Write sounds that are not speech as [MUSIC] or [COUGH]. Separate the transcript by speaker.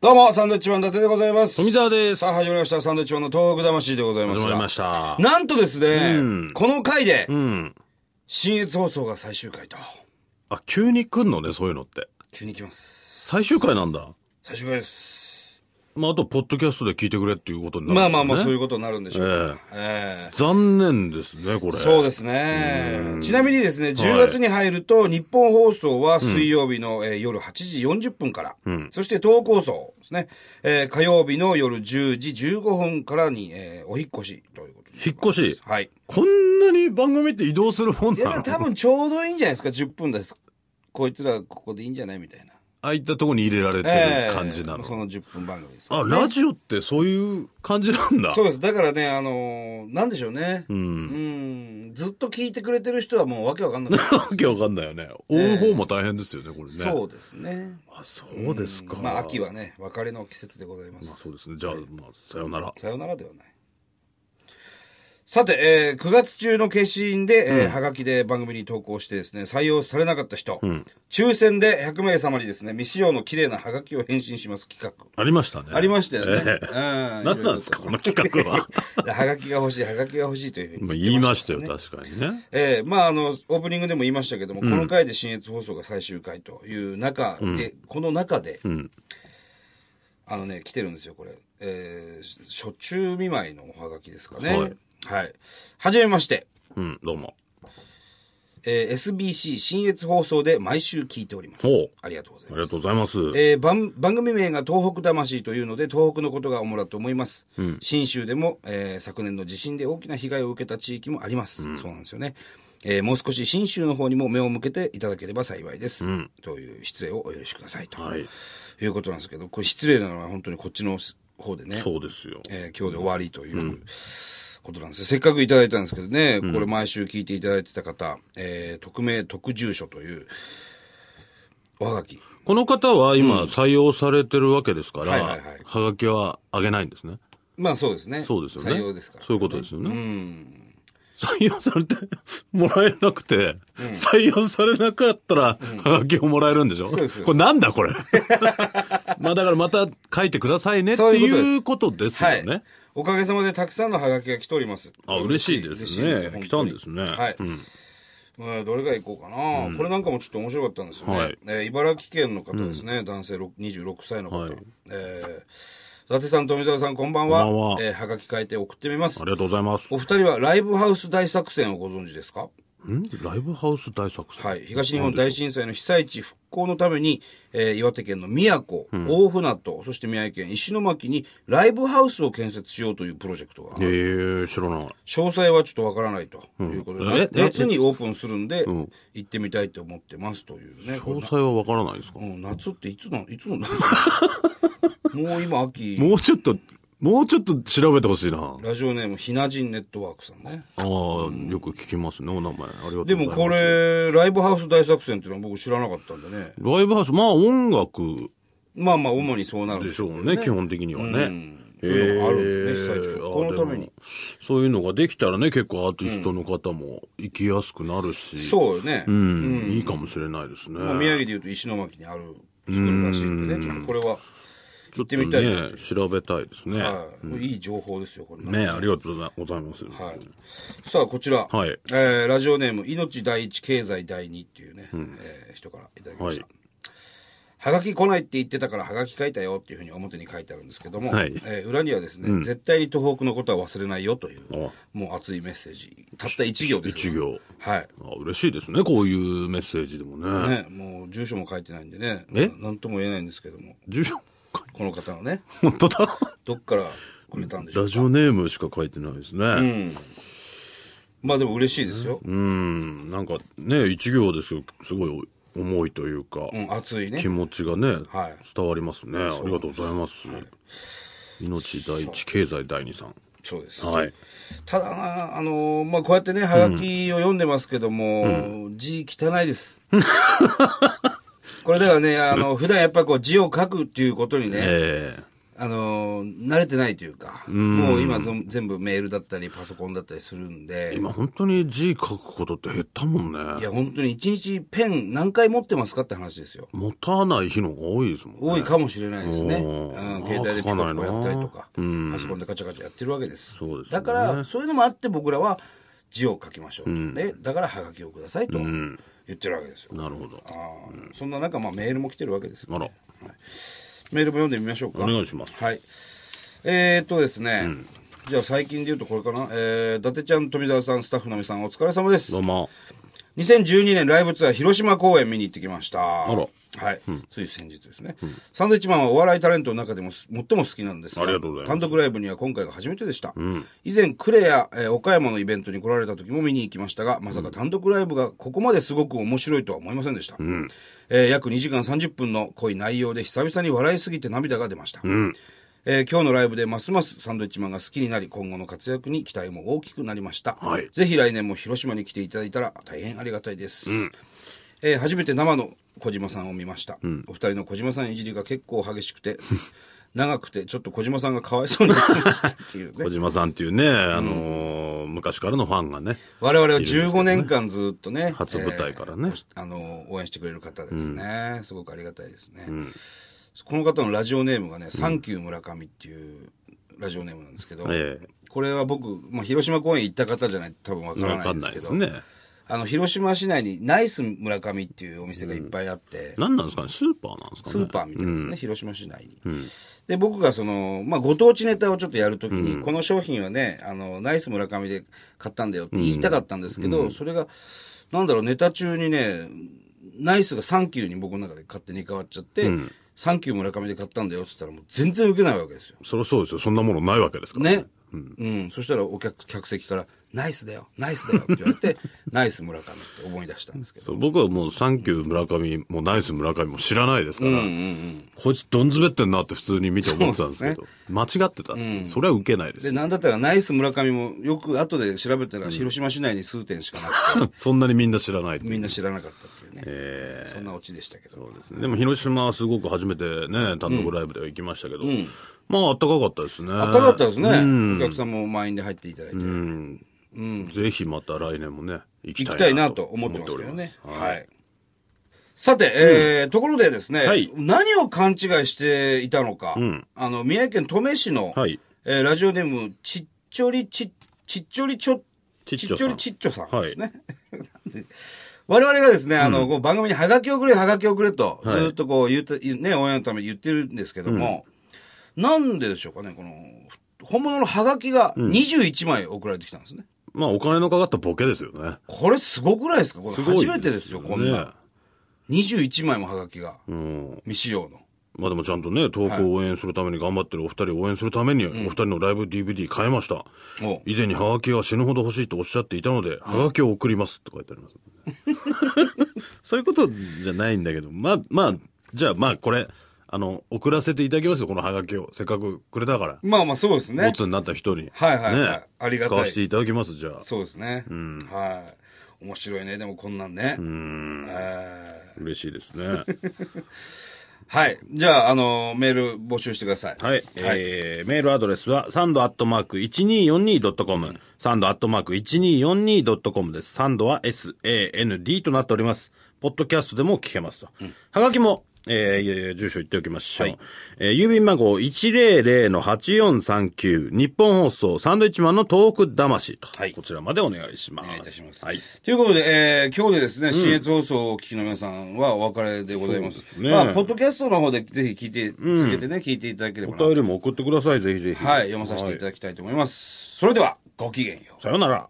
Speaker 1: どうも、サンドウィッチマン伊達でございます。
Speaker 2: 富澤です
Speaker 1: さあ、始まりました。サンドウィッチマンの東北魂でございます。
Speaker 2: 始まりました。
Speaker 1: なんとですね、
Speaker 2: うん
Speaker 1: この回で、
Speaker 2: うん。
Speaker 1: 新越放送が最終回と。
Speaker 2: あ、急に来んのね、そういうのって。
Speaker 1: 急に来ます。
Speaker 2: 最終回なんだ。
Speaker 1: 最終回です。
Speaker 2: まあ、あと、ポッドキャストで聞いてくれっていうことにな
Speaker 1: まあ
Speaker 2: るんですよね。
Speaker 1: まあまあ、そういうことになるんでしょうね。ええ
Speaker 2: 残念ですね、これ。。
Speaker 1: そうですすね。ちなみにですね、10月に入ると、日本放送は水曜日の、えー夜8時40分から、そして東北放送ですね、えー火曜日の夜10時15分からに、えーお引っ越しということで。
Speaker 2: 引っ越し。
Speaker 1: はい。
Speaker 2: こんなに番組って移動するもん
Speaker 1: いや、ま
Speaker 2: な
Speaker 1: あ
Speaker 2: の
Speaker 1: 多分ちょうどいいんじゃないですか、10分です。こいつらここでいいんじゃないみたいな。
Speaker 2: ああいったとこに入れられてる感じな
Speaker 1: え
Speaker 2: の
Speaker 1: え。その10分番組です。
Speaker 2: あ、ラジオってそういう感じなんだ。
Speaker 1: そうです。だからね、あのーなんでしょうね。うんん。ずっと聞いてくれてる人はもうわけわかんなくなる
Speaker 2: [LAUGHS] わけわかんないよね。追う方も大変ですよね、これね。
Speaker 1: そうですね。
Speaker 2: あ、そうですか。
Speaker 1: まあ、秋。はね、別れの季節でございま
Speaker 2: まあ、
Speaker 1: す。
Speaker 2: そうですね。じゃあ、まあ、さよなら。
Speaker 1: さよならではない。さて、えー9月中の消印で、えーはがきで番組に投稿してですね、採用されなかった人、抽選で100名様にですね、未使用の綺麗なはがきを返信します企
Speaker 2: [LAUGHS]
Speaker 1: 画。
Speaker 2: ありましたね。
Speaker 1: ありましたよね。
Speaker 2: ええ
Speaker 1: うん
Speaker 2: 何なんですか、この企画は。
Speaker 1: いろいろとはがきが欲しい、はがきが欲しいというふうに
Speaker 2: まあ
Speaker 1: 言って
Speaker 2: 言いまし
Speaker 1: したた
Speaker 2: よ、
Speaker 1: ね
Speaker 2: 確かにね。
Speaker 1: ええまあ、あの、オープニングでも言いましたけども、この回で新越放送が最終回という中で、この中で、
Speaker 2: ん
Speaker 1: あのね、来てるんですよ、これ。えー、初中見舞いのおはがきですかね。
Speaker 2: はい
Speaker 1: はい。はじめまして。
Speaker 2: うん、どうも。
Speaker 1: えー SBC 新越放送で毎週聞いております
Speaker 2: ほう。
Speaker 1: ありがとうござい
Speaker 2: あ
Speaker 1: ま
Speaker 2: り
Speaker 1: す
Speaker 2: が。とうございます。
Speaker 1: えー番番組名が東北魂というので東北のことが主だと思います、信州でも、えー昨年の地震で大きな被害を受けた地域もあります、そうなんですよね、えーもう少し信州の方にも目を向けていただければ幸いです、という失礼をお許しくださいと、
Speaker 2: はい
Speaker 1: い、うことなんですけどこれ失礼なのは本当にこっちの方でね
Speaker 2: そうですよ。
Speaker 1: えー今日で終わりという、ことなんですよせっかくいただいたんですけどね、これ毎週聞いていただいてた方、えー匿名、特住所という、おはがき。
Speaker 2: この方は今採用されてるわけですから、
Speaker 1: は
Speaker 2: はい
Speaker 1: はいはい
Speaker 2: がきはあげないんですね。
Speaker 1: まあそうですね。
Speaker 2: そうですよね。
Speaker 1: 採用ですから。
Speaker 2: そういうことですよね。採用されて [LAUGHS] もらえなくて、採用されなかったら、はがきをもらえるんでしょ
Speaker 1: そうです
Speaker 2: これなんだ
Speaker 1: [LAUGHS]
Speaker 2: これ。まあだからまた書いてくださいねって
Speaker 1: そうい
Speaker 2: いううことですよね。。
Speaker 1: おかげさまでたくさんのハガキが来ております。
Speaker 2: あ嬉しいですね
Speaker 1: 嬉本当に
Speaker 2: 来たんですね
Speaker 1: はい。うんどれがいこうかな、これなんかもちょっと面白かったんですよね。
Speaker 2: はい
Speaker 1: えー茨城県の方ですね。男性ろく26歳の方。
Speaker 2: はい
Speaker 1: えー伊達さん、富澤さん、こんばんは。
Speaker 2: こんばんは
Speaker 1: えーはがき変えて送ってみます
Speaker 2: あ。りがとうございます。
Speaker 1: お二人はライブハウス大作戦をご存知ですか
Speaker 2: んライブハウス大作戦。
Speaker 1: はい、東日本大震災の被災地復興のために、えー岩手県の宮古、大船渡、そして宮城県石巻にライブハウスを建設しようというプロジェクトが、
Speaker 2: えー、知らない。
Speaker 1: 詳細はちょっとわからないということで、
Speaker 2: うんええ
Speaker 1: 夏にオープンするんで、行ってみたいと思ってますというね。
Speaker 2: 詳細はわからないですか、
Speaker 1: うん夏っていつの、いつ
Speaker 2: [LAUGHS]
Speaker 1: の夏もう今秋、
Speaker 2: もうちょっと、もうちょっと調べてほしいな。あ
Speaker 1: ラジオネームひなじんネットワークさんね。
Speaker 2: あ、よく聞きますね、お名前。ありがとうござ
Speaker 1: で
Speaker 2: います。
Speaker 1: もこ。れ、ライブハウス大作戦っていうのは僕知らなかったんでね。
Speaker 2: ライブハウス、まあ音楽
Speaker 1: まあまあ主にそうなるん
Speaker 2: で
Speaker 1: で
Speaker 2: しょうね、基本的にはね。
Speaker 1: そういうのがあるんですね被災地はこのために。
Speaker 2: あでもそういうのができたらね、結構アーティストの方も行きやすくなるし、
Speaker 1: そうよね。
Speaker 2: うん、いいかもしれないですね。
Speaker 1: まあ宮城でいうと石巻にある作るらしいんでね、ちょっとこれは、
Speaker 2: ちょっ
Speaker 1: って
Speaker 2: と
Speaker 1: みたい
Speaker 2: ね、調べたいですね。
Speaker 1: はいこれいい情報ですよ、これね。
Speaker 2: ね、ありがとうございます。
Speaker 1: はい、さあ、こちら、
Speaker 2: はい
Speaker 1: えーラジオネーム、命第一、経済第二っていうね、えー人からいただきました。
Speaker 2: は
Speaker 1: はいがき来ないって言ってたからはがき書いたよっていうふうに表に書いてあるんですけども、
Speaker 2: はい
Speaker 1: えー裏にはですね、絶対に東北のことは忘れないよという
Speaker 2: あ、
Speaker 1: もう熱いメッセージ。たった1行です
Speaker 2: 一
Speaker 1: よ。
Speaker 2: 行。
Speaker 1: はい。
Speaker 2: あ嬉しいですね、こういうメッセージでもね。
Speaker 1: ね、もう住所も書いてないんでね、
Speaker 2: え
Speaker 1: なんとも言えないんですけども、
Speaker 2: 住所書い
Speaker 1: この方のね、 [LAUGHS]
Speaker 2: 本当だ。
Speaker 1: どっからくれたんでしょ
Speaker 2: ラ
Speaker 1: う
Speaker 2: ジオネームしか書いてないですね。うん。
Speaker 1: まあでも嬉しいですよ。うん、
Speaker 2: なんかね、一行ですよ。すごい重いというか、
Speaker 1: 熱いね
Speaker 2: 気。持ちがね、
Speaker 1: はい
Speaker 2: 伝わりますね。ありがとうございます。命第一、経済第二さん。
Speaker 1: そうです。
Speaker 2: はい。
Speaker 1: ただな、あのーまあこうやってね、はがきを読んでますけども、字汚いです。 [LAUGHS] これだからね、あの、普段やっぱこう字を書くっていうことにね、
Speaker 2: え
Speaker 1: あのー慣れてないというか、もう今ぞ全部メールだったりパソコンだったりするんで、
Speaker 2: 今本当に字書くことって減ったもんね
Speaker 1: いや、本当に一日ペン何回持ってますかって話ですよ。
Speaker 2: 持たない日の方が多いですもんね
Speaker 1: 多いかもしれないですね。う
Speaker 2: おー
Speaker 1: ん、携帯でピコピコやったりとか
Speaker 2: 書かないなうん
Speaker 1: パソコンでガチャガチャやってるわけです。
Speaker 2: そうですね
Speaker 1: だから、そういうのもあって僕らは字を書きましょうと。ねだから、ハガキをくださいと言
Speaker 2: ん
Speaker 1: ってるわけですよ。
Speaker 2: なるほど
Speaker 1: あーそんな中、まあ、メールも来てるわけですよ。
Speaker 2: あら
Speaker 1: メールも読んでみましょうか。
Speaker 2: お願いします
Speaker 1: はい。えー、っとですね、じゃあ最近で言うとこれかな。えー、伊達ちゃん、富澤さん、スタッフの皆さん、お疲れ様です
Speaker 2: ど。うも
Speaker 1: 2012年ライブツアー広島公演見に行ってきました。
Speaker 2: あら
Speaker 1: はい、つい先日ですね、サンドイッチマンはお笑いタレントの中でもす最も好きなんですが
Speaker 2: ありがとうございます
Speaker 1: 単独ライブには今回が初めてでした。以前、クレア、えー岡山のイベントに来られた時も見に行きましたが、まさか単独ライブがここまですごく面白いとは思いませんでした。えー約2時間30分の濃い内容で久々に笑いすぎて涙が出ました。えー今日のライブでますますサンドイッチマンが好きになり、今後の活躍に期待も大きくなりました。
Speaker 2: はい
Speaker 1: ぜひ来年も広島に来ていただいたら大変ありがたいです。えー初めて生の小島さんを見ました。お二人の小島さんいじりが結構激しくて、 [LAUGHS] 長くて、ちょっと小島さんがかわいそうになりましたっていうね
Speaker 2: [LAUGHS] 小。島さんっていうね、あのー昔からのファンがね
Speaker 1: 我々は15年間ずっとね、
Speaker 2: 初舞台から
Speaker 1: え
Speaker 2: ね
Speaker 1: ーあの、応援してくれる方ですね。すごくありがたいですね。この方のラジオネームがね、サンキュー村上っていうラジオネームなんですけど、
Speaker 2: ええ
Speaker 1: これは僕、まあ、広島公演行った方じゃないと多分わから
Speaker 2: わ
Speaker 1: な
Speaker 2: か
Speaker 1: いん
Speaker 2: ん
Speaker 1: で
Speaker 2: な
Speaker 1: すけ
Speaker 2: いで
Speaker 1: ど、
Speaker 2: すね
Speaker 1: あの、広島市内にナイス村上っていうお店がいっぱいあって、
Speaker 2: 何なんですかねスーパーなんですかね
Speaker 1: スーパーみたいですね、広島市内に。で、僕がその、まあ、ご当地ネタをちょっとやるときに、この商品はね、あの、ナイス村上で買ったんだよって言いたかったんですけど、それが、なんだろう、ネタ中にね、ナイスがサンキューに僕の中で勝手に変わっちゃって、サンキュー村上で買ったんだよって言ったら、もう全然受けないわけですよ。
Speaker 2: そりゃそうですよそんなものないわけですから
Speaker 1: ね。うん、そしたらお客客席から、ナイスだよ、ナイスだよって言われて、 [LAUGHS] ナイス村上って思い出したんですけど。
Speaker 2: そう僕はもうサンキュー村上もナイス村上も知らないですから、こいつどんずべってんなって普通に見て思ってたんですけど、間違ってた、それは受けないで
Speaker 1: で、
Speaker 2: す。
Speaker 1: なんだったらナイス村上もよく後で調べたら広島市内に数点しかなくて、
Speaker 2: そんなにみんな知らないってい
Speaker 1: [LAUGHS]
Speaker 2: う
Speaker 1: みんな知らなかったっていうね。そんなオチでしたけど。
Speaker 2: ですねでも広島はすごく初めてね、単独ライブでは行きましたけど、まああったかかったですね。
Speaker 1: あったかかったですね。お客さんも満員で入っていただいて。
Speaker 2: ぜひまた来年もね、行き
Speaker 1: 行き
Speaker 2: たいな
Speaker 1: たいなと思ってますけどね。
Speaker 2: 思っております
Speaker 1: はい。さて、えーところでですね、
Speaker 2: はい
Speaker 1: 何を勘違いしていたのか、あの、宮城県登米市の、
Speaker 2: はい
Speaker 1: えーラジオネーム、ちっちょりち、ちっちょりちょ、
Speaker 2: ちっちょさ
Speaker 1: ちょ
Speaker 2: ん
Speaker 1: りちっちょさんですね。 [LAUGHS] なんで我々がですね、あの、こう番組にハガキをくれ、ハガキをくれと、ず
Speaker 2: い
Speaker 1: ーっとこう言って、言うね、応援のために言ってるんですけども、なんででしょうかね、この、本物のハガキが21枚送られてきたんですね。
Speaker 2: まあお金のかかったボケですよね。
Speaker 1: これすごくないですかこれ
Speaker 2: すごい
Speaker 1: 初めてですよ、こん
Speaker 2: ね
Speaker 1: な。21枚もハガキが、
Speaker 2: うん。
Speaker 1: 未使用の。
Speaker 2: まあでもちゃんとね、投稿を応援するために頑張ってるお二人を応援するために、お二人のライブ DVD 買いました。
Speaker 1: おう
Speaker 2: 以前にハガキが死ぬほど欲しいとおっしゃっていたので、ハガキを送りますって書いてあります。 [LAUGHS] そういうことじゃないんだけど、まあ、まあ、じゃあまあこれ、あの、送らせていただきますよ、このハガキを。せっかくくれたから。
Speaker 1: まあまあそうですね
Speaker 2: ボ。ツになった人に。
Speaker 1: はいはいはい
Speaker 2: ね、
Speaker 1: ありがたい
Speaker 2: 使わせていただきます、じゃあ。
Speaker 1: そうですね。はい。面白いね、でもこんなんね。えー
Speaker 2: 嬉しいですね。はい。
Speaker 1: はい。じゃあ、あの、メール募集してください。
Speaker 2: えーメールアドレスは、サンドアットマーク 1242.com。サンドアットマーク 1242.com です。サンドは SAND となっております。ポッドキャストでも聞けますと。はがきも、えー住所言っておきましょう。
Speaker 1: はい
Speaker 2: えー郵便番号100-8439、日本放送、サンドイッチマンの東北魂と。
Speaker 1: はい
Speaker 2: こちらまでお願いします。
Speaker 1: お願いいたします。
Speaker 2: はい。
Speaker 1: ということで、えー今日でですね、新越放送をお聞きの皆さんはお別れでございます。
Speaker 2: すね
Speaker 1: まあ、ポッドキャストの方でぜひ聞いて、続けてね、聞いていただければな
Speaker 2: お便りも送ってください、ぜひぜひ。
Speaker 1: はい、読まさせていただきたいと思います。それでは、ごきげんよう。
Speaker 2: さよなら。